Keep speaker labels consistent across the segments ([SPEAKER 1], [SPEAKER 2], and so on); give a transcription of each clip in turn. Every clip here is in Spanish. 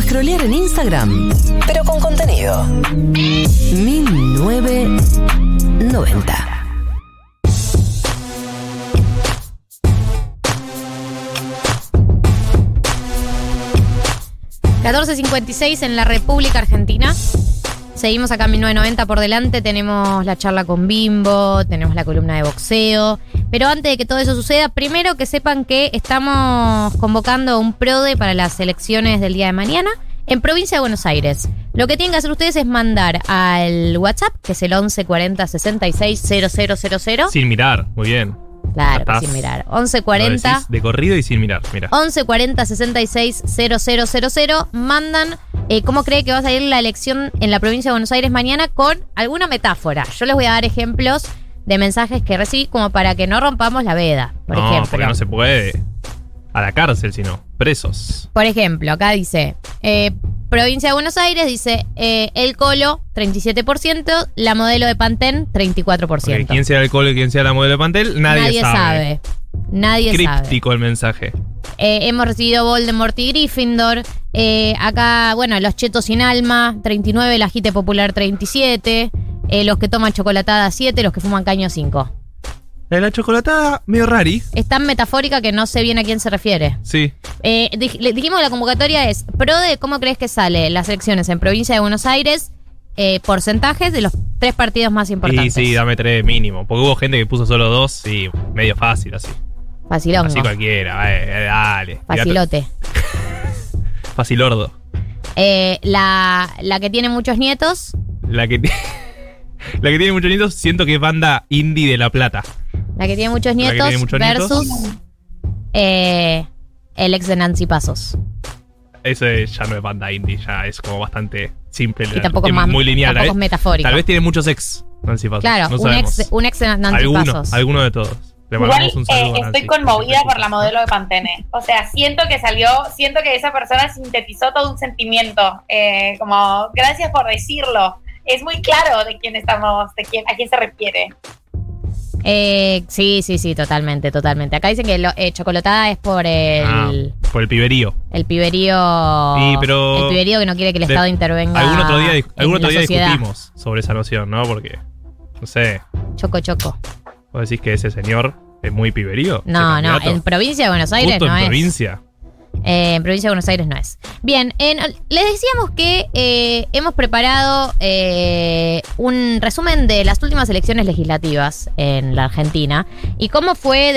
[SPEAKER 1] scrollear en Instagram, pero con contenido. 1990.
[SPEAKER 2] ¿14.56 en la República Argentina? Seguimos acá en 1990 por delante, tenemos la charla con Bimbo, tenemos la columna de boxeo. Pero antes de que todo eso suceda, primero que sepan que estamos convocando un PRODE para las elecciones del día de mañana en provincia de Buenos Aires. Lo que tienen que hacer ustedes es mandar al WhatsApp, que es el 1140 66 000.
[SPEAKER 3] Sin mirar, muy bien.
[SPEAKER 2] Claro,
[SPEAKER 3] Estás-
[SPEAKER 2] sin mirar.
[SPEAKER 3] Lo
[SPEAKER 2] 1140
[SPEAKER 3] decís De corrido y sin mirar, mira.
[SPEAKER 2] 1140 66 000. Mandan eh, cómo cree que va a salir la elección en la provincia de Buenos Aires mañana con alguna metáfora. Yo les voy a dar ejemplos de mensajes que recibí como para que no rompamos la veda, por
[SPEAKER 3] no,
[SPEAKER 2] ejemplo.
[SPEAKER 3] porque no se puede. A la cárcel, sino presos.
[SPEAKER 2] Por ejemplo, acá dice, eh, provincia de Buenos Aires dice, eh, el colo 37%, la modelo de Pantén 34%.
[SPEAKER 3] Porque quién sea el colo y quién sea la modelo de Pantel, nadie, sabe.
[SPEAKER 2] Nadie
[SPEAKER 3] Críptico el mensaje.
[SPEAKER 2] sabe. Eh, hemos recibido Voldemort y Gryffindor. Eh, acá, bueno, los chetos sin alma, 39, la Jite popular 37, eh, los que toman chocolatada 7, los que fuman caño 5.
[SPEAKER 3] Eh, La de la chocolatada, medio rari.
[SPEAKER 2] Es tan metafórica que no sé bien a quién se refiere.
[SPEAKER 3] Sí.
[SPEAKER 2] Eh, dij- le dijimos que la convocatoria es pro de cómo crees que sale las elecciones en provincia de Buenos Aires, eh, porcentajes de los tres partidos más
[SPEAKER 3] Y
[SPEAKER 2] importantes.
[SPEAKER 3] sí, dame tres mínimo. Porque hubo gente que puso solo dos y medio fácil así.
[SPEAKER 2] Facilongo.
[SPEAKER 3] Así cualquiera, eh, eh, dale. Tirate-
[SPEAKER 2] Facilote.
[SPEAKER 3] Facilordo.
[SPEAKER 2] Eh, la, la que tiene muchos nietos,
[SPEAKER 3] La que, ti- la que tiene muchos nietos, siento que es banda indie de La Plata.
[SPEAKER 2] la que tiene muchos
[SPEAKER 3] La que
[SPEAKER 2] nietos
[SPEAKER 3] tiene muchos nietos.
[SPEAKER 2] versus eh, el ex de Nancy Pasos.
[SPEAKER 3] Eso es- ya no es banda indie, ya es como bastante simple.
[SPEAKER 2] Y tampoco es más-
[SPEAKER 3] muy lineal.
[SPEAKER 2] tampoco
[SPEAKER 3] ¿eh?
[SPEAKER 2] es metafórico.
[SPEAKER 3] Tal vez tiene muchos ex, Nancy Pasos.
[SPEAKER 2] Claro,
[SPEAKER 3] no
[SPEAKER 2] un,
[SPEAKER 3] sabemos.
[SPEAKER 2] ex, un ex de Nancy
[SPEAKER 3] alguno,
[SPEAKER 2] Pasos.
[SPEAKER 3] alguno de todos. Le
[SPEAKER 4] Igual
[SPEAKER 3] mandamos un
[SPEAKER 4] eh,
[SPEAKER 3] saludo a
[SPEAKER 4] estoy
[SPEAKER 3] Nancy.
[SPEAKER 4] conmovida por la modelo de Pantene. O sea, siento que salió, siento que esa persona sintetizó todo un sentimiento. Eh, como, gracias por decirlo. Es muy claro de quién estamos, de quién, a quién se refiere.
[SPEAKER 2] Eh, sí, sí, sí, totalmente, totalmente. Acá dicen que lo- eh, chocolatada es por el...
[SPEAKER 3] Ah, por el piberío.
[SPEAKER 2] El piberío.
[SPEAKER 3] Sí, pero-
[SPEAKER 2] el piberío que no quiere que el
[SPEAKER 3] de-
[SPEAKER 2] Estado intervenga.
[SPEAKER 3] Algún otro día, dis-
[SPEAKER 2] en
[SPEAKER 3] algún otro
[SPEAKER 2] la
[SPEAKER 3] día
[SPEAKER 2] sociedad.
[SPEAKER 3] discutimos sobre esa noción, ¿no? Porque, no sé,
[SPEAKER 2] Choco, choco.
[SPEAKER 3] vos decís que ese señor es muy piberío. ese
[SPEAKER 2] No, no,
[SPEAKER 3] candidato.
[SPEAKER 2] en provincia de Buenos Aires
[SPEAKER 3] Justo
[SPEAKER 2] no
[SPEAKER 3] en
[SPEAKER 2] es.
[SPEAKER 3] provincia.
[SPEAKER 2] Eh, en provincia de Buenos Aires no es. Bien, en- les decíamos que eh, hemos preparado eh, un resumen de las últimas elecciones legislativas en la Argentina y cómo fue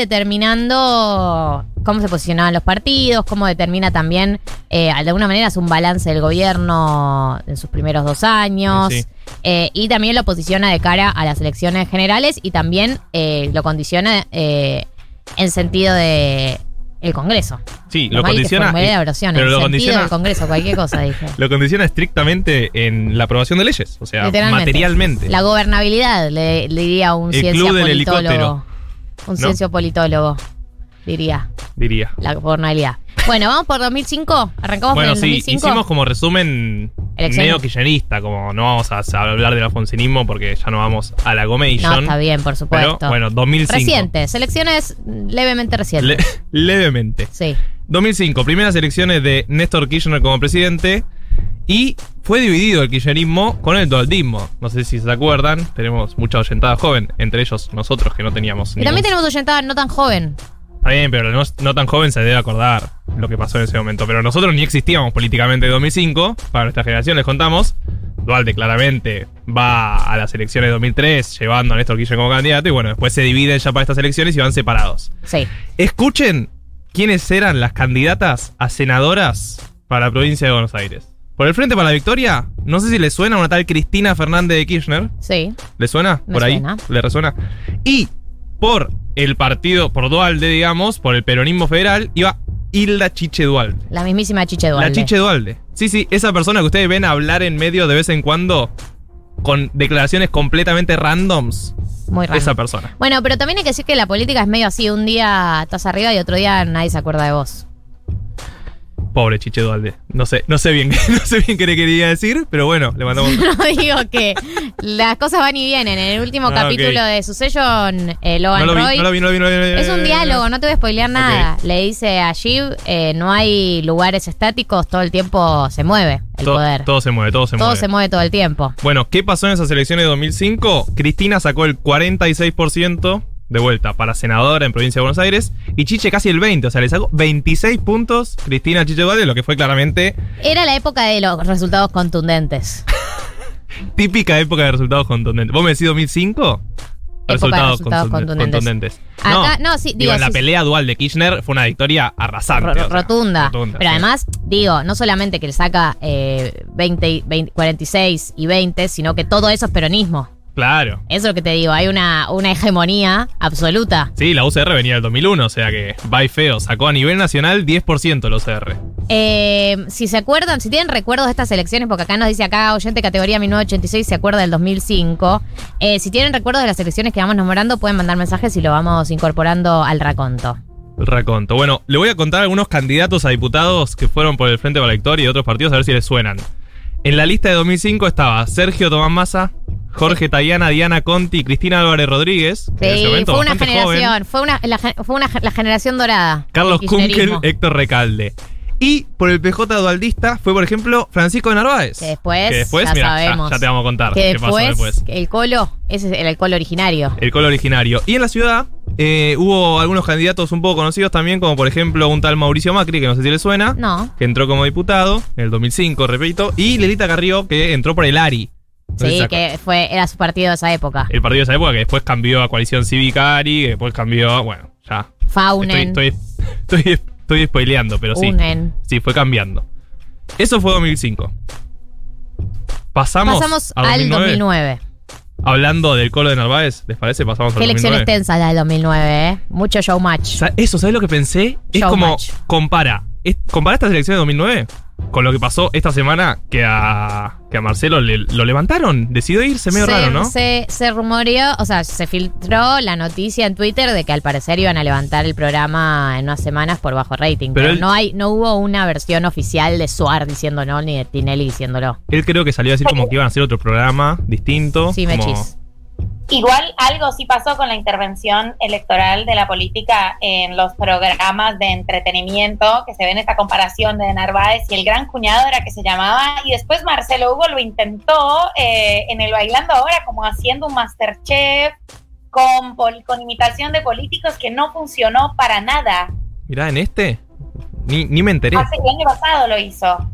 [SPEAKER 2] determinando cómo se posicionaban los partidos, cómo determina también, eh, de alguna manera, es un balance del gobierno en sus primeros dos años.
[SPEAKER 3] Sí.
[SPEAKER 2] Eh, y también lo posiciona de cara a las elecciones generales y también eh, lo condiciona eh, en sentido de el Congreso.
[SPEAKER 3] Sí,
[SPEAKER 2] Lo
[SPEAKER 3] lo
[SPEAKER 2] mal que
[SPEAKER 3] condiciona.
[SPEAKER 2] formulé la oración,
[SPEAKER 3] pero
[SPEAKER 2] el
[SPEAKER 3] lo
[SPEAKER 2] sentido
[SPEAKER 3] condiciona-
[SPEAKER 2] del Congreso, cualquier cosa dije.
[SPEAKER 3] Lo condiciona estrictamente en la aprobación de leyes, o sea,
[SPEAKER 2] Literalmente.
[SPEAKER 3] materialmente.
[SPEAKER 2] La gobernabilidad, le, le diría un
[SPEAKER 3] El
[SPEAKER 2] ciencia
[SPEAKER 3] club del
[SPEAKER 2] politólogo.
[SPEAKER 3] helicóptero.
[SPEAKER 2] Un
[SPEAKER 3] ¿No?
[SPEAKER 2] ciencio politólogo, diría,
[SPEAKER 3] Diría.
[SPEAKER 2] la gobernabilidad. Bueno, vamos por 2005. Arrancamos
[SPEAKER 3] Bueno,
[SPEAKER 2] por el
[SPEAKER 3] sí,
[SPEAKER 2] 2005.
[SPEAKER 3] hicimos como resumen
[SPEAKER 2] Elecciones.
[SPEAKER 3] medio kirchnerista, como no vamos a, a hablar del afonsinismo porque ya no vamos a la
[SPEAKER 2] no,
[SPEAKER 3] Gomation.
[SPEAKER 2] está bien, por
[SPEAKER 3] pero
[SPEAKER 2] supuesto.
[SPEAKER 3] bueno, 2005.
[SPEAKER 2] recientes, elecciones levemente recientes.
[SPEAKER 3] Le- levemente.
[SPEAKER 2] sí.
[SPEAKER 3] 2005, primeras elecciones de Néstor Kirchner como presidente. Y fue dividido el kirchnerismo con el doldismo. No sé si se acuerdan, tenemos mucha oyentada joven, entre ellos nosotros que no teníamos.
[SPEAKER 2] Y
[SPEAKER 3] ningún-
[SPEAKER 2] también tenemos oyentada no tan joven.
[SPEAKER 3] Está bien, pero no, no tan joven se debe acordar lo que pasó en ese momento. Pero nosotros ni existíamos políticamente en 2005, para nuestra generación les contamos. Dualde claramente va a las elecciones de 2003 llevando a Néstor Kirchner como candidato y bueno, después se dividen ya para estas elecciones y van separados.
[SPEAKER 2] Sí.
[SPEAKER 3] Escuchen quiénes eran las candidatas a senadoras para la provincia de Buenos Aires. Por el Frente para la Victoria, no sé si les suena una tal Cristina Fernández de Kirchner.
[SPEAKER 2] Sí.
[SPEAKER 3] ¿Le suena?
[SPEAKER 2] Me
[SPEAKER 3] por ahí.
[SPEAKER 2] suena.
[SPEAKER 3] ¿Le resuena? Y por el partido, por Dualde, digamos, por el peronismo federal, iba Hilda Chiche Dualde.
[SPEAKER 2] La mismísima Chiche Dualde.
[SPEAKER 3] La Chiche Dualde. Sí, sí, esa persona que ustedes ven hablar en medio de vez en cuando con declaraciones completamente randoms.
[SPEAKER 2] Muy raro.
[SPEAKER 3] Esa persona.
[SPEAKER 2] Bueno, pero también hay que decir que la política es medio así. Un día estás arriba y otro día nadie se acuerda de vos.
[SPEAKER 3] Pobre Chiche Dualde. No sé, no sé bien, no sé bien qué le quería decir, pero bueno, le mandamos.
[SPEAKER 2] No digo que las cosas van y vienen. En el último
[SPEAKER 3] Ah,
[SPEAKER 2] capítulo
[SPEAKER 3] ok.
[SPEAKER 2] de Succession, eh, Logan
[SPEAKER 3] No lo,
[SPEAKER 2] Roy.
[SPEAKER 3] vi, no lo vi, no lo vi, no lo vi, no lo vi.
[SPEAKER 2] Es un diálogo, no te voy a spoilear nada. Le dice a Shiv, eh, no hay lugares estáticos, todo el tiempo se mueve el
[SPEAKER 3] To-
[SPEAKER 2] poder.
[SPEAKER 3] Todo se mueve, todo se
[SPEAKER 2] todo
[SPEAKER 3] mueve.
[SPEAKER 2] se mueve todo el tiempo.
[SPEAKER 3] Bueno, ¿qué pasó en esas elecciones de 2005? Cristina sacó el 46% de vuelta para senadora en provincia de Buenos Aires y Chiche casi el 20%, o sea, le sacó 26 puntos Cristina a Chiche Dualde, lo que fue claramente
[SPEAKER 2] Era la época de los resultados contundentes.
[SPEAKER 3] típica época de resultados contundentes. ¿Vos me decís 2005?
[SPEAKER 2] de resultados contundentes. Acá- no, sí, digo,
[SPEAKER 3] en la
[SPEAKER 2] sí, sí.
[SPEAKER 3] pelea dual de Kirchner fue una victoria arrasante.
[SPEAKER 2] Ro-
[SPEAKER 3] o sea,
[SPEAKER 2] rotunda.
[SPEAKER 3] rotunda,
[SPEAKER 2] Pero
[SPEAKER 3] sí.
[SPEAKER 2] además, digo, no solamente que le saca eh, 20, y 20, 46 y 20, sino que todo eso es peronismo.
[SPEAKER 3] Claro.
[SPEAKER 2] Eso es lo que te digo, hay una, una hegemonía absoluta.
[SPEAKER 3] Sí, la UCR venía del 2001, o sea que va y feo. Sacó a nivel nacional 10% la UCR.
[SPEAKER 2] Eh, si se acuerdan, si tienen recuerdos de estas elecciones, porque acá nos dice acá oyente categoría 1986, se acuerda del 2005. Eh, si tienen recuerdos de las elecciones que vamos nombrando, pueden mandar mensajes y lo vamos incorporando al raconto.
[SPEAKER 3] El raconto. Bueno, le voy a contar algunos candidatos a diputados que fueron por el Frente para la Victoria y otros partidos, a ver si les suenan. En la lista de 2005 estaba Sergio Tomás Massa, Jorge Tayana, Diana Conti, Cristina Álvarez Rodríguez. que en ese
[SPEAKER 2] Sí,
[SPEAKER 3] momento
[SPEAKER 2] fue una
[SPEAKER 3] bastante
[SPEAKER 2] generación,
[SPEAKER 3] joven,
[SPEAKER 2] fue una, la, gen- fue una gen- la generación dorada.
[SPEAKER 3] Carlos
[SPEAKER 2] del
[SPEAKER 3] Kunkel,
[SPEAKER 2] kirchnerismo.
[SPEAKER 3] Héctor Recalde. Y por el PJ dualdista fue, por ejemplo, Francisco Narváez.
[SPEAKER 2] Que después,
[SPEAKER 3] Que después,
[SPEAKER 2] ya
[SPEAKER 3] mirá,
[SPEAKER 2] sabemos.
[SPEAKER 3] Ya, te vamos a contar
[SPEAKER 2] que
[SPEAKER 3] qué pasó después.
[SPEAKER 2] después, que el colo, ese era el colo originario.
[SPEAKER 3] El color originario. Y en la ciudad eh, hubo algunos candidatos un poco conocidos también, como por ejemplo un tal Mauricio Macri, que no sé si le suena,
[SPEAKER 2] No.
[SPEAKER 3] que entró como diputado en el 2005, repito, y Lelita Carrió, que entró por el ARI. No sé si Eh, se
[SPEAKER 2] Sí,
[SPEAKER 3] acuerdan.
[SPEAKER 2] que fue, era su partido de esa época.
[SPEAKER 3] El partido de esa época que después cambió a Coalición Cívica ARI, que después cambió, bueno, ya.
[SPEAKER 2] Faunen,
[SPEAKER 3] Estoy, estoy, estoy, estoy spoileando, pero sí.
[SPEAKER 2] Unen.
[SPEAKER 3] Sí, fue cambiando. Eso fue 2005. Pasamos,
[SPEAKER 2] Pasamos
[SPEAKER 3] a
[SPEAKER 2] al 2009.
[SPEAKER 3] Hablando del colo de Narváez, ¿les parece? Pasamos al
[SPEAKER 2] Qué
[SPEAKER 3] 2009.
[SPEAKER 2] elecciones tensas la del 2009, ¿eh? Mucho showmatch.
[SPEAKER 3] Sa- Eso, ¿sabes lo que pensé? Es
[SPEAKER 2] Showmatch.
[SPEAKER 3] como, compara. es- compara esta selección de 2009 con lo que pasó esta semana que a, que a Marcelo le- lo levantaron. Decidió irse medio
[SPEAKER 2] se,
[SPEAKER 3] raro, ¿no?
[SPEAKER 2] se, se rumoreó, o sea, se filtró la noticia en Twitter de que al parecer iban a levantar el programa en unas semanas por bajo rating. Pero,
[SPEAKER 3] Pero él-
[SPEAKER 2] no hay, no hubo una versión oficial de Suar diciendo no, ni de Tinelli diciéndolo.
[SPEAKER 3] Él creo que salió a decir como que iban a hacer otro programa distinto.
[SPEAKER 2] Sí,
[SPEAKER 3] como-
[SPEAKER 2] Mechis.
[SPEAKER 4] Igual algo sí pasó con la intervención electoral de la política en los programas de entretenimiento, que se ve en esta comparación de Narváez y el gran cuñado era que se llamaba, y después Marcelo Hugo lo intentó eh, en el Bailando Ahora como haciendo un Masterchef con, pol- con imitación de políticos que no funcionó para nada.
[SPEAKER 3] Mirá, en este. Ni, ni me enteré.
[SPEAKER 4] Hace el año pasado lo hizo.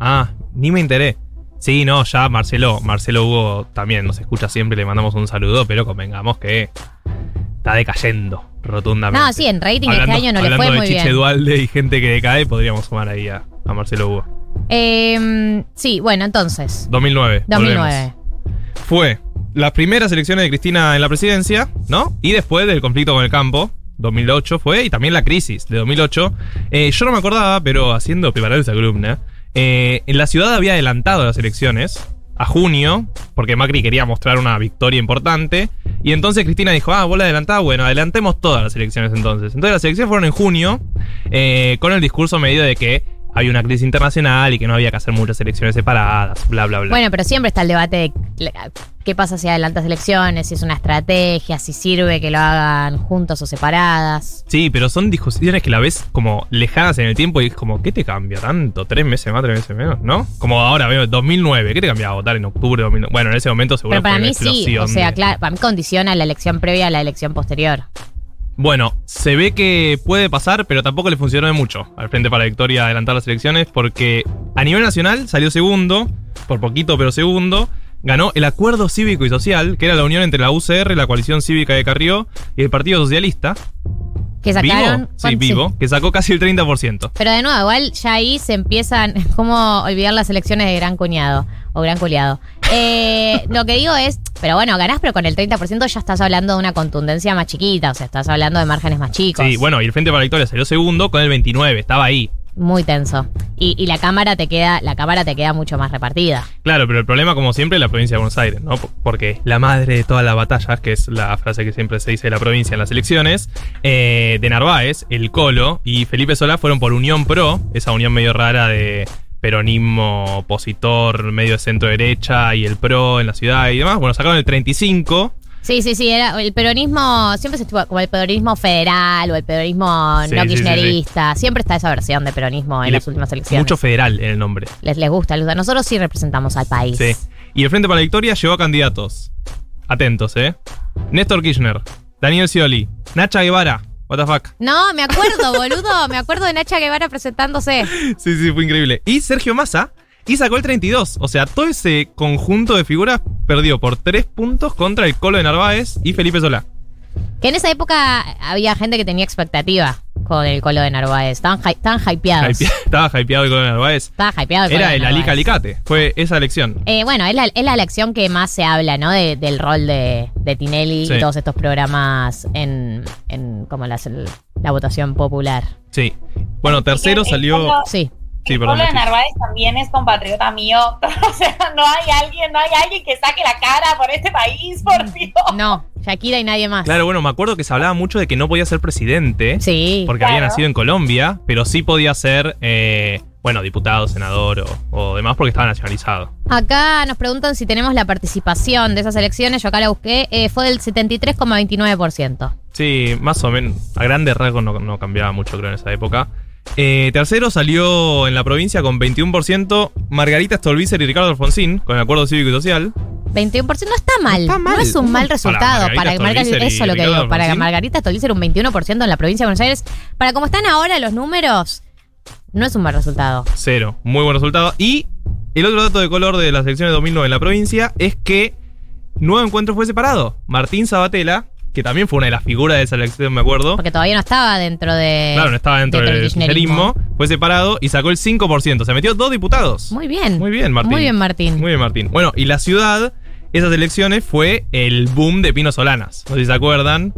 [SPEAKER 3] Ah, ni me enteré. Sí, no, ya Marcelo, Marcelo Hugo también nos escucha siempre, le mandamos un saludo, pero convengamos que está decayendo rotundamente.
[SPEAKER 2] No, sí, en rating
[SPEAKER 3] Hablando-
[SPEAKER 2] este año no le
[SPEAKER 3] hablando
[SPEAKER 2] fue
[SPEAKER 3] de
[SPEAKER 2] muy
[SPEAKER 3] Chiche
[SPEAKER 2] bien.
[SPEAKER 3] Dualde y gente que decae, podríamos sumar ahí a, a Marcelo Hugo.
[SPEAKER 2] Eh, sí, bueno, entonces.
[SPEAKER 3] 2009.
[SPEAKER 2] 2009.
[SPEAKER 3] volvemos. Fue las primeras elecciones de Cristina en la presidencia, ¿no? Y después del conflicto con el campo. 2008 fue, y también la crisis de 2008. Eh, yo no me acordaba, pero haciendo preparar esa columna, eh, en la ciudad había adelantado las elecciones a junio, porque Macri quería mostrar una victoria importante. Y entonces Cristina dijo, ah, vos la adelantás, bueno, adelantemos todas las elecciones entonces. Entonces las elecciones fueron en junio, eh, con el discurso medido de que había una crisis internacional y que no había que hacer muchas elecciones separadas, bla, bla, bla.
[SPEAKER 2] Bueno, pero siempre está el debate de le- qué pasa si adelantas elecciones, si es una estrategia, si sirve que lo hagan juntas o separadas.
[SPEAKER 3] Sí, pero son discusiones que la ves como lejanas en el tiempo y es como, ¿qué te cambia tanto? ¿Tres meses más, tres meses menos? ¿No? Como ahora, veo, 2009, ¿qué te cambiaba votar en octubre de 2009? Bueno, en ese momento seguro
[SPEAKER 2] Pero para
[SPEAKER 3] fue una
[SPEAKER 2] mí sí,
[SPEAKER 3] explosión
[SPEAKER 2] o sea,
[SPEAKER 3] de-
[SPEAKER 2] claro, para mí condiciona la elección previa a la elección posterior.
[SPEAKER 3] Bueno, se ve que puede pasar, pero tampoco le funcionó de mucho al Frente para la Victoria adelantar las elecciones porque a nivel nacional salió segundo, por poquito pero segundo, ganó el Acuerdo Cívico y Social, que era la unión entre la UCR, la Coalición Cívica de Carrió y el Partido Socialista.
[SPEAKER 2] Que sacaron.
[SPEAKER 3] ¿Vivo? Sí, vivo, que sacó casi el 30%.
[SPEAKER 2] Pero de nuevo, igual ya ahí se empiezan, como olvidar las elecciones de gran cuñado o gran culiado. Eh, lo que digo es, pero bueno, ganás, pero con el 30% ya estás hablando de una contundencia más chiquita, o sea, estás hablando de márgenes más chicos.
[SPEAKER 3] Sí, bueno, y el Frente para la Victoria salió segundo con el 29, estaba ahí.
[SPEAKER 2] Muy tenso. Y, y la cámara te queda, la cámara te queda mucho más repartida.
[SPEAKER 3] Claro, pero el problema, como siempre, es la provincia de Buenos Aires, ¿no? P- Porque la madre de todas las batallas, que es la frase que siempre se dice de la provincia en las elecciones, eh, de Narváez, el Colo y Felipe Solá fueron por Unión Pro, esa unión medio rara de peronismo opositor, medio de centro-derecha y el PRO en la ciudad y demás. Bueno, sacaron el 35.
[SPEAKER 2] Sí, sí, sí, era el peronismo, siempre se estuvo como el peronismo federal o el peronismo
[SPEAKER 3] Sí,
[SPEAKER 2] no
[SPEAKER 3] sí, sí, sí.
[SPEAKER 2] kirchnerista, siempre está esa versión de peronismo en
[SPEAKER 3] Y le-
[SPEAKER 2] las últimas elecciones.
[SPEAKER 3] Mucho federal en el nombre.
[SPEAKER 2] les, les gusta, les gusta. Nosotros sí representamos al país.
[SPEAKER 3] Sí. Y el Frente para la Victoria llevó a candidatos. Atentos, ¿eh? Néstor Kirchner, Daniel Scioli, Nacha Guevara. What the fuck.
[SPEAKER 2] No, me acuerdo, boludo, me acuerdo de Nacha Guevara presentándose.
[SPEAKER 3] Sí, sí, fue increíble. Y Sergio Massa. Y sacó el 32. O sea, todo ese conjunto de figuras perdió por 3 puntos contra el Colo de Narváez y Felipe Solá.
[SPEAKER 2] Que en esa época había gente que tenía expectativa con el colo de Narváez. Estaban, hy- estaban hypeados.
[SPEAKER 3] Hype- Estaba hypeado el Colo de Narváez.
[SPEAKER 2] Estaba hypeado el Colo
[SPEAKER 3] Era
[SPEAKER 2] de
[SPEAKER 3] el
[SPEAKER 2] Narváez.
[SPEAKER 3] Alica Alicate. Fue esa elección.
[SPEAKER 2] Eh, bueno, es la, es la elección que más se habla, ¿no? De- del rol de, de Tinelli
[SPEAKER 3] Sí.
[SPEAKER 2] y todos estos programas en, en como las- el- la votación popular.
[SPEAKER 3] Sí. Bueno, tercero
[SPEAKER 4] El- el
[SPEAKER 3] salió.
[SPEAKER 4] Colo-
[SPEAKER 2] Sí.
[SPEAKER 3] Sí,
[SPEAKER 4] el
[SPEAKER 3] perdón.
[SPEAKER 4] pueblo de
[SPEAKER 3] Nati.
[SPEAKER 4] Narváez también es compatriota mío. O sea, no hay alguien, no hay alguien que saque la cara por este país,
[SPEAKER 3] Mm.
[SPEAKER 4] por Dios.
[SPEAKER 2] No, Shakira y nadie más.
[SPEAKER 3] Claro, bueno, me acuerdo que se hablaba mucho de que no podía ser presidente.
[SPEAKER 2] Sí.
[SPEAKER 3] Porque había
[SPEAKER 4] Claro.
[SPEAKER 3] nacido en Colombia, pero sí podía ser, eh, bueno, diputado, senador o, o demás porque estaba nacionalizado.
[SPEAKER 2] Acá nos preguntan si tenemos la participación de esas elecciones. Yo acá la busqué. eh, fue del 73,29%.
[SPEAKER 3] Sí, más o menos. A grandes rasgos no, no cambiaba mucho, creo, en esa época. Eh, tercero salió en la provincia con 21% Margarita Stolbizer y Ricardo Alfonsín, con el acuerdo cívico y social.
[SPEAKER 2] 21% no está mal.
[SPEAKER 3] Está mal.
[SPEAKER 2] No es un mal resultado.
[SPEAKER 3] Margarita
[SPEAKER 2] Para, Margarita,
[SPEAKER 3] Stolbizer y
[SPEAKER 2] eso es lo que
[SPEAKER 3] Ricardo
[SPEAKER 2] digo. Para
[SPEAKER 3] Alfonsín.
[SPEAKER 2] Margarita Stolbizer un 21% en la provincia de Buenos Aires. Para como están ahora los números, no es un mal resultado.
[SPEAKER 3] Cero. Muy buen resultado. Y el otro dato de color de las elecciones de 2009 en la provincia es que nuevo encuentro fue separado. Martín Sabatella, que también fue una de las figuras de esa elección, me acuerdo.
[SPEAKER 2] Porque todavía no estaba dentro de.
[SPEAKER 3] Claro, no estaba dentro
[SPEAKER 2] Eh, dentro
[SPEAKER 3] del
[SPEAKER 2] del kirchnerismo.
[SPEAKER 3] kirchnerismo. Fue separado y sacó el 5%. Se metió dos diputados.
[SPEAKER 2] Muy bien.
[SPEAKER 3] Muy bien, Martín.
[SPEAKER 2] Muy bien, Martín.
[SPEAKER 3] Muy bien, Martín. Bueno, y la ciudad, esas elecciones fue el boom de Pino Solanas. No sé si se acuerdan,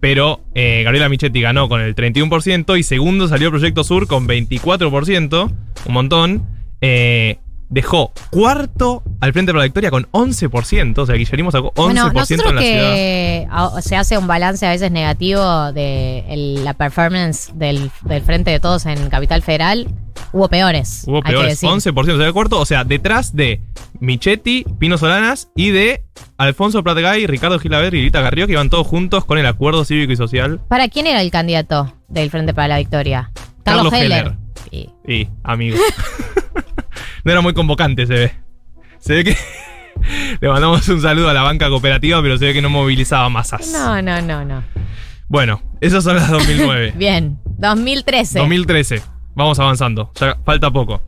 [SPEAKER 3] pero eh, Gabriela Michetti ganó con el 31% y segundo salió Proyecto Sur con 24%, un montón. Eh, dejó cuarto al Frente para la Victoria con 11%, o sea, Guillermo sacó 11%
[SPEAKER 2] Bueno, nosotros
[SPEAKER 3] en la ciudad.
[SPEAKER 2] que ah, se hace un balance a veces negativo de el- la performance del, del frente de todos en Capital Federal, hubo peores.
[SPEAKER 3] Hubo
[SPEAKER 2] hay que
[SPEAKER 3] peores,
[SPEAKER 2] decir.
[SPEAKER 3] 11% de cuarto, o sea, detrás de Michetti, Pino Solanas y de Alfonso Pratgay, Ricardo Gilaver y Lita Garrió, que iban todos juntos con el acuerdo cívico y social.
[SPEAKER 2] ¿Para quién era el candidato del Frente para la Victoria?
[SPEAKER 3] Carlos
[SPEAKER 2] Carlos, Heller. Sí.
[SPEAKER 3] Y, amigos. no era muy convocante, se ve. Se ve que. Le mandamos un saludo a la banca cooperativa, pero se ve que no movilizaba masas.
[SPEAKER 2] No, no, no, no.
[SPEAKER 3] Bueno, esas son las 2009.
[SPEAKER 2] Bien, 2013.
[SPEAKER 3] 2013. Vamos avanzando. Ya falta poco.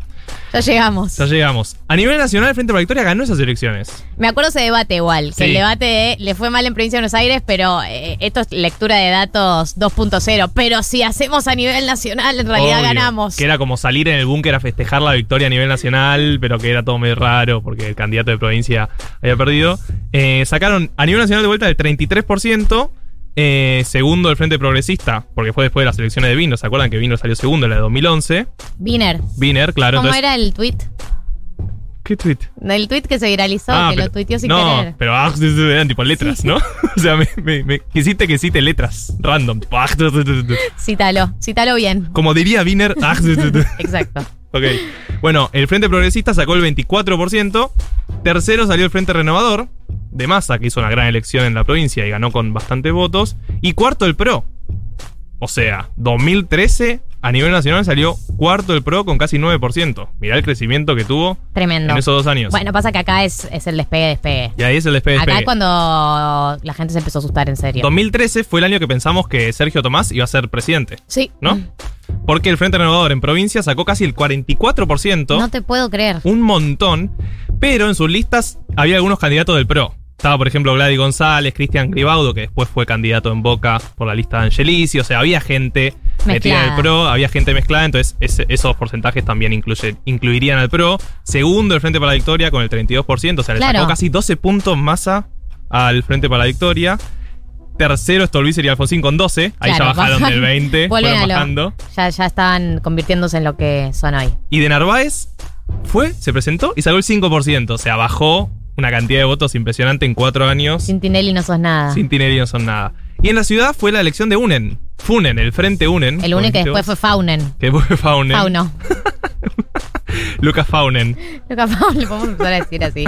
[SPEAKER 2] Ya llegamos.
[SPEAKER 3] Ya llegamos. A nivel nacional, el Frente para la Victoria ganó esas elecciones.
[SPEAKER 2] Me acuerdo ese debate igual, que
[SPEAKER 3] Sí.
[SPEAKER 2] el debate de, le fue mal en Provincia de Buenos Aires, pero eh, esto es lectura de datos 2.0. Pero si hacemos a nivel nacional, en realidad
[SPEAKER 3] Obvio,
[SPEAKER 2] ganamos.
[SPEAKER 3] Que era como salir en el búnker a festejar la victoria a nivel nacional, pero que era todo medio raro porque el candidato de provincia había perdido. Eh, sacaron a nivel nacional de vuelta el 33%, eh, segundo el Frente Progresista, porque fue después de las elecciones de Vino. ¿Se acuerdan que Vino salió segundo en la de 2011?
[SPEAKER 2] Biner,
[SPEAKER 3] Viner, claro.
[SPEAKER 2] ¿cómo
[SPEAKER 3] entonces-
[SPEAKER 2] era el tweet?
[SPEAKER 3] ¿Qué tweet?
[SPEAKER 2] El tweet que se viralizó,
[SPEAKER 3] Ah,
[SPEAKER 2] que
[SPEAKER 3] pero-
[SPEAKER 2] lo tuiteó sin
[SPEAKER 3] no,
[SPEAKER 2] querer.
[SPEAKER 3] pero ah, eran tipo letras, ¿no? o sea, me, me- me- quisiste que cite letras random. tipo, ah,
[SPEAKER 2] Cítalo, cítalo bien.
[SPEAKER 3] Como diría Viner, ah,
[SPEAKER 2] Exacto.
[SPEAKER 3] Ok. Bueno, el Frente Progresista sacó el 24%. Tercero salió el Frente Renovador de Massa, que hizo una gran elección en la provincia y ganó con bastantes votos. Y cuarto el PRO. O sea, 2013 a nivel nacional salió cuarto el PRO con casi 9%. Mirá el crecimiento que tuvo
[SPEAKER 2] Tremendo.
[SPEAKER 3] en esos dos años.
[SPEAKER 2] Bueno, pasa que acá es, es el despegue, despegue.
[SPEAKER 3] Y ahí es el despegue.
[SPEAKER 2] Acá es
[SPEAKER 3] despegue.
[SPEAKER 2] cuando la gente se empezó a asustar en serio.
[SPEAKER 3] 2013 fue el año que pensamos que Sergio Tomás iba a ser presidente,
[SPEAKER 2] Sí.
[SPEAKER 3] ¿no? Porque el Frente Renovador en provincia sacó casi el 44%.
[SPEAKER 2] No te puedo creer.
[SPEAKER 3] un montón, pero en sus listas había algunos candidatos del PRO. Estaba, por ejemplo, Gladys González, Cristian Gribaudo, que después fue candidato en Boca por la lista de Angelici. O sea, había gente metida
[SPEAKER 2] Mezclada.
[SPEAKER 3] del PRO, había gente mezclada, entonces ese- esos porcentajes también incluye- incluirían al PRO. Segundo, el Frente para la Victoria con el 32%, o sea, le
[SPEAKER 2] Claro.
[SPEAKER 3] sacó casi 12 puntos masa al Frente para la Victoria. Tercero Stolbizer y Alfonsín con 12. Ahí
[SPEAKER 2] Claro,
[SPEAKER 3] ya bajaron
[SPEAKER 2] bajan.
[SPEAKER 3] del 20.
[SPEAKER 2] Vuelven a
[SPEAKER 3] Fueron
[SPEAKER 2] lo-
[SPEAKER 3] bajando.
[SPEAKER 2] Ya, ya están convirtiéndose en lo que son hoy.
[SPEAKER 3] Y de Narváez fue, se presentó y sacó el 5%. O sea, bajó una cantidad de votos impresionante en cuatro años.
[SPEAKER 2] Sin Tinelli no sos nada.
[SPEAKER 3] Sin Tinelli no son nada. Y en la ciudad fue la elección de UNEN. FUNEN, el Frente UNEN.
[SPEAKER 2] El único que
[SPEAKER 3] como
[SPEAKER 2] después
[SPEAKER 3] dijiste
[SPEAKER 2] fue Faunen.
[SPEAKER 3] vos, Que después fue Faunen.
[SPEAKER 2] Fauno.
[SPEAKER 3] Lucas Faunen.
[SPEAKER 2] Nunca Fauno, le podemos empezar a decir así.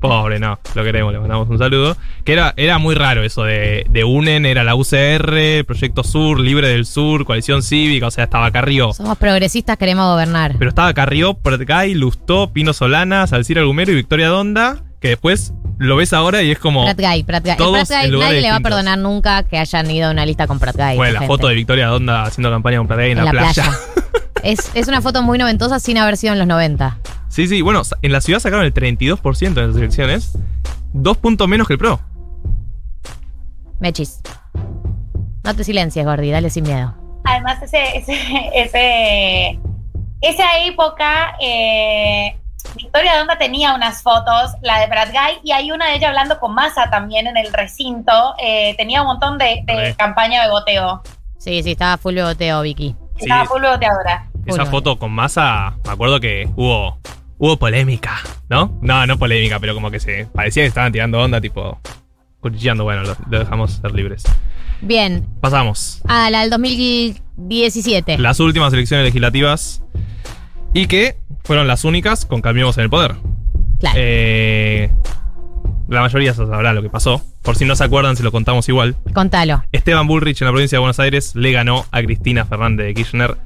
[SPEAKER 3] Pobre, no. Lo queremos, le mandamos un saludo. Que era, era muy raro eso de, de UNEN. Era la UCR, Proyecto Sur, Libre del Sur, Coalición Cívica. O sea, estaba Carrió.
[SPEAKER 2] Somos progresistas, queremos gobernar.
[SPEAKER 3] Pero estaba Carrió, Pertgay, Lustó, Pino Solana, Salcir Algumero y Victoria Donda. Que después lo ves ahora y es como.
[SPEAKER 2] Prat Guy, Prat Guy. El Prat
[SPEAKER 3] todos
[SPEAKER 2] Guy
[SPEAKER 3] en lugares
[SPEAKER 2] nadie le va a
[SPEAKER 3] distintos.
[SPEAKER 2] perdonar nunca que hayan ido a una lista con Prat Guy.
[SPEAKER 3] Bueno,
[SPEAKER 2] esa
[SPEAKER 3] la foto de
[SPEAKER 2] gente.
[SPEAKER 3] Victoria Donda haciendo campaña con Pradey en, la, playa.
[SPEAKER 2] es, es una foto muy noventosa sin haber sido en los 90.
[SPEAKER 3] Sí, sí, bueno, sa- en la ciudad sacaron el 32% en las elecciones. Dos puntos menos que el PRO.
[SPEAKER 2] Mechis. No te silencies, Gordi, dale sin miedo.
[SPEAKER 4] Además, ese, ese, ese- esa época, eh, Victoria Donda tenía unas fotos, la de Brad Guy, y hay una de ella hablando con Massa también en el recinto. eh, tenía un montón de, de
[SPEAKER 3] Sí.
[SPEAKER 4] campaña de boteo.
[SPEAKER 2] Sí, sí, estaba full boteo, Vicky.
[SPEAKER 3] Sí.
[SPEAKER 4] Estaba full boteadora.
[SPEAKER 3] Esa
[SPEAKER 2] Bueno.
[SPEAKER 3] foto con masa, me acuerdo que hubo, hubo polémica, ¿no? No, no polémica, pero como que se parecía que estaban tirando onda, tipo cuchillando. Bueno, lo, lo dejamos ser libres.
[SPEAKER 2] Bien,
[SPEAKER 3] Pasamos.
[SPEAKER 2] a la del 2017.
[SPEAKER 3] Las últimas elecciones legislativas y que fueron las únicas con Cambiemos en el poder.
[SPEAKER 2] claro.
[SPEAKER 3] Eh, la mayoría se sabrá lo que pasó. Por si no se acuerdan, se lo contamos igual.
[SPEAKER 2] Contalo.
[SPEAKER 3] Esteban Bullrich en la provincia de Buenos Aires le ganó a Cristina Fernández de Kirchner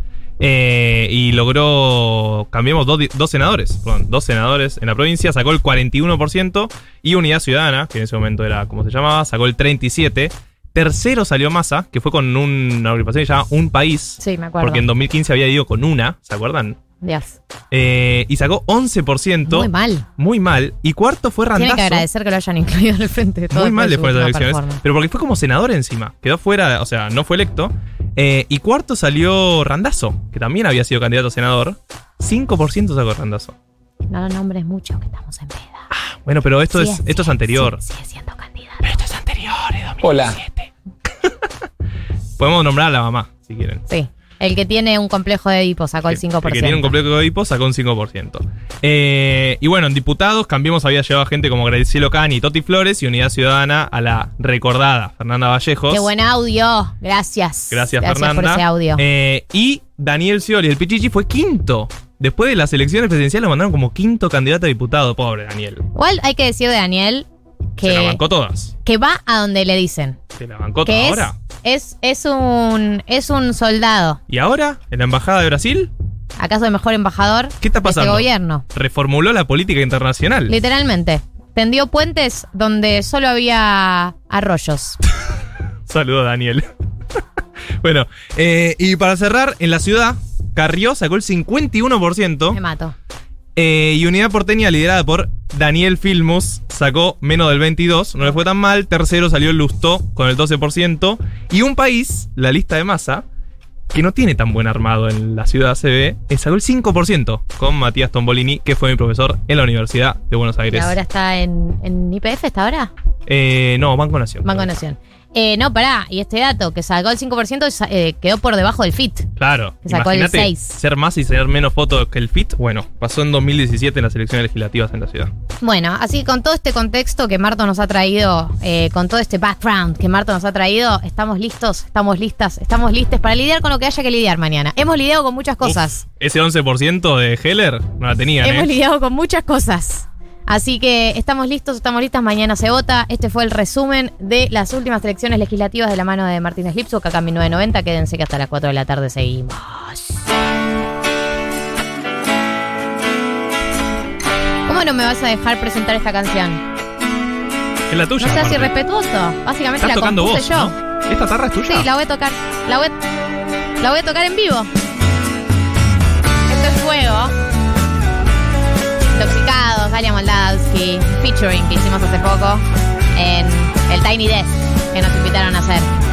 [SPEAKER 3] eh, y logró, cambiemos, dos, di- dos senadores, perdón, dos senadores en la provincia, sacó el 41% y Unidad Ciudadana, que en ese momento era como se llamaba, sacó el 37%. Tercero salió Massa, que fue con un- una agrupación que se llama Un País,
[SPEAKER 2] Sí, me acuerdo.
[SPEAKER 3] porque en 2015 había ido con una, ¿se acuerdan?
[SPEAKER 2] Dios.
[SPEAKER 3] Eh, y sacó 11%.
[SPEAKER 2] Muy mal.
[SPEAKER 3] Muy mal. Y cuarto fue Randazzo.
[SPEAKER 2] Tiene que agradecer que lo hayan incluido en el frente de todo.
[SPEAKER 3] Muy mal
[SPEAKER 2] después
[SPEAKER 3] después de las
[SPEAKER 2] su última
[SPEAKER 3] elecciones.
[SPEAKER 2] performance.
[SPEAKER 3] Pero porque fue como senador encima. Quedó fuera, o sea, no fue electo. Eh, y cuarto salió Randazo, que también había sido candidato a senador. 5% sacó Randazo.
[SPEAKER 2] No lo nombres mucho, que estamos en veda.
[SPEAKER 3] Bueno, pero Ah, esto,
[SPEAKER 2] Sí,
[SPEAKER 3] es, esto es
[SPEAKER 2] sí,
[SPEAKER 3] anterior.
[SPEAKER 2] sí, sigue siendo candidato.
[SPEAKER 3] Pero esto es anterior, es 2017. Podemos nombrar a la mamá, si quieren.
[SPEAKER 2] Sí. El que tiene un complejo de Edipo sacó el 5%.
[SPEAKER 3] El que tiene un complejo de Edipo sacó un 5%. Eh, y bueno, en diputados, Cambiemos había llevado a gente como Gracielo Cani, Toti Flores y Unidad Ciudadana a la recordada Fernanda Vallejos.
[SPEAKER 2] Qué buen audio. Gracias. Gracias
[SPEAKER 3] Gracias, Fernanda.
[SPEAKER 2] por ese audio.
[SPEAKER 3] Eh, y Daniel Scioli, el Pichichi, fue quinto. Después de las elecciones presidenciales lo mandaron como quinto candidato a diputado. Pobre Daniel.
[SPEAKER 2] Igual hay que decir de Daniel
[SPEAKER 3] Se la
[SPEAKER 2] que,
[SPEAKER 3] bancó todas.
[SPEAKER 2] que va a donde le dicen.
[SPEAKER 3] Se la bancó toda
[SPEAKER 2] Que es,
[SPEAKER 3] ahora.
[SPEAKER 2] es, es, un, es un soldado.
[SPEAKER 3] ¿Y ahora? ¿En la Embajada de Brasil?
[SPEAKER 2] ¿Acaso el mejor embajador
[SPEAKER 3] ¿Qué está
[SPEAKER 2] de este
[SPEAKER 3] pasando?
[SPEAKER 2] gobierno?
[SPEAKER 3] Reformuló la política internacional.
[SPEAKER 2] Literalmente. Tendió puentes donde solo había arroyos.
[SPEAKER 3] Saludos, Daniel. bueno, eh, y para cerrar, en la ciudad, Carrió sacó el
[SPEAKER 2] Me
[SPEAKER 3] 51%.
[SPEAKER 2] mato.
[SPEAKER 3] eh, y Unidad Porteña, liderada por Daniel Filmus, sacó menos del 22%. No le fue tan mal. Tercero salió Lustó con el 12%. Y un país, la lista de masa, que no tiene tan buen armado en la ciudad, se ve, eh, sacó el 5% con Matías Tombolini, que fue mi profesor en la Universidad de Buenos
[SPEAKER 2] Y
[SPEAKER 3] Aires.
[SPEAKER 2] ahora está en, en IPF, ¿está ahora?
[SPEAKER 3] Eh, no, Banco Nación.
[SPEAKER 2] Banco Nación. Eh, no, pará. Y este dato, que sacó el 5%, sa- eh, quedó por debajo del FIT.
[SPEAKER 3] Claro.
[SPEAKER 2] Que sacó el
[SPEAKER 3] Imagínate
[SPEAKER 2] seis.
[SPEAKER 3] Ser más y ser menos fotos que el FIT. Bueno, pasó en 2017 en las elecciones legislativas en la ciudad.
[SPEAKER 2] Bueno, así que con todo este contexto que Marto nos ha traído, eh, con todo este background que Marto nos ha traído, estamos listos, estamos listas, estamos listes para lidiar con lo que haya que lidiar mañana. Hemos lidiado con muchas cosas.
[SPEAKER 3] Uf, ese 11% de Heller no la tenían,
[SPEAKER 2] Hemos
[SPEAKER 3] ¿eh?
[SPEAKER 2] lidiado con muchas cosas. Así que estamos listos, estamos listas, mañana se vota. Este fue el resumen de las últimas elecciones legislativas de la mano de Martínez Lipsuk, acá en 1990. Quédense que hasta las 4 de la tarde seguimos. ¿Cómo no me vas a dejar presentar esta canción?
[SPEAKER 3] Es la tuya.
[SPEAKER 2] No seas
[SPEAKER 3] aparte.
[SPEAKER 2] irrespetuoso. Básicamente
[SPEAKER 3] Estás
[SPEAKER 2] la
[SPEAKER 3] tocando
[SPEAKER 2] compuse
[SPEAKER 3] vos.
[SPEAKER 2] yo.
[SPEAKER 3] ¿no? ¿Esta tarra es tuya?
[SPEAKER 2] Sí, la voy a tocar. La voy a, la voy a tocar en vivo. Esto es fuego. Intoxicados, Dalia Moldavsky. Featuring que hicimos hace poco en el Tiny Desk que nos invitaron a hacer.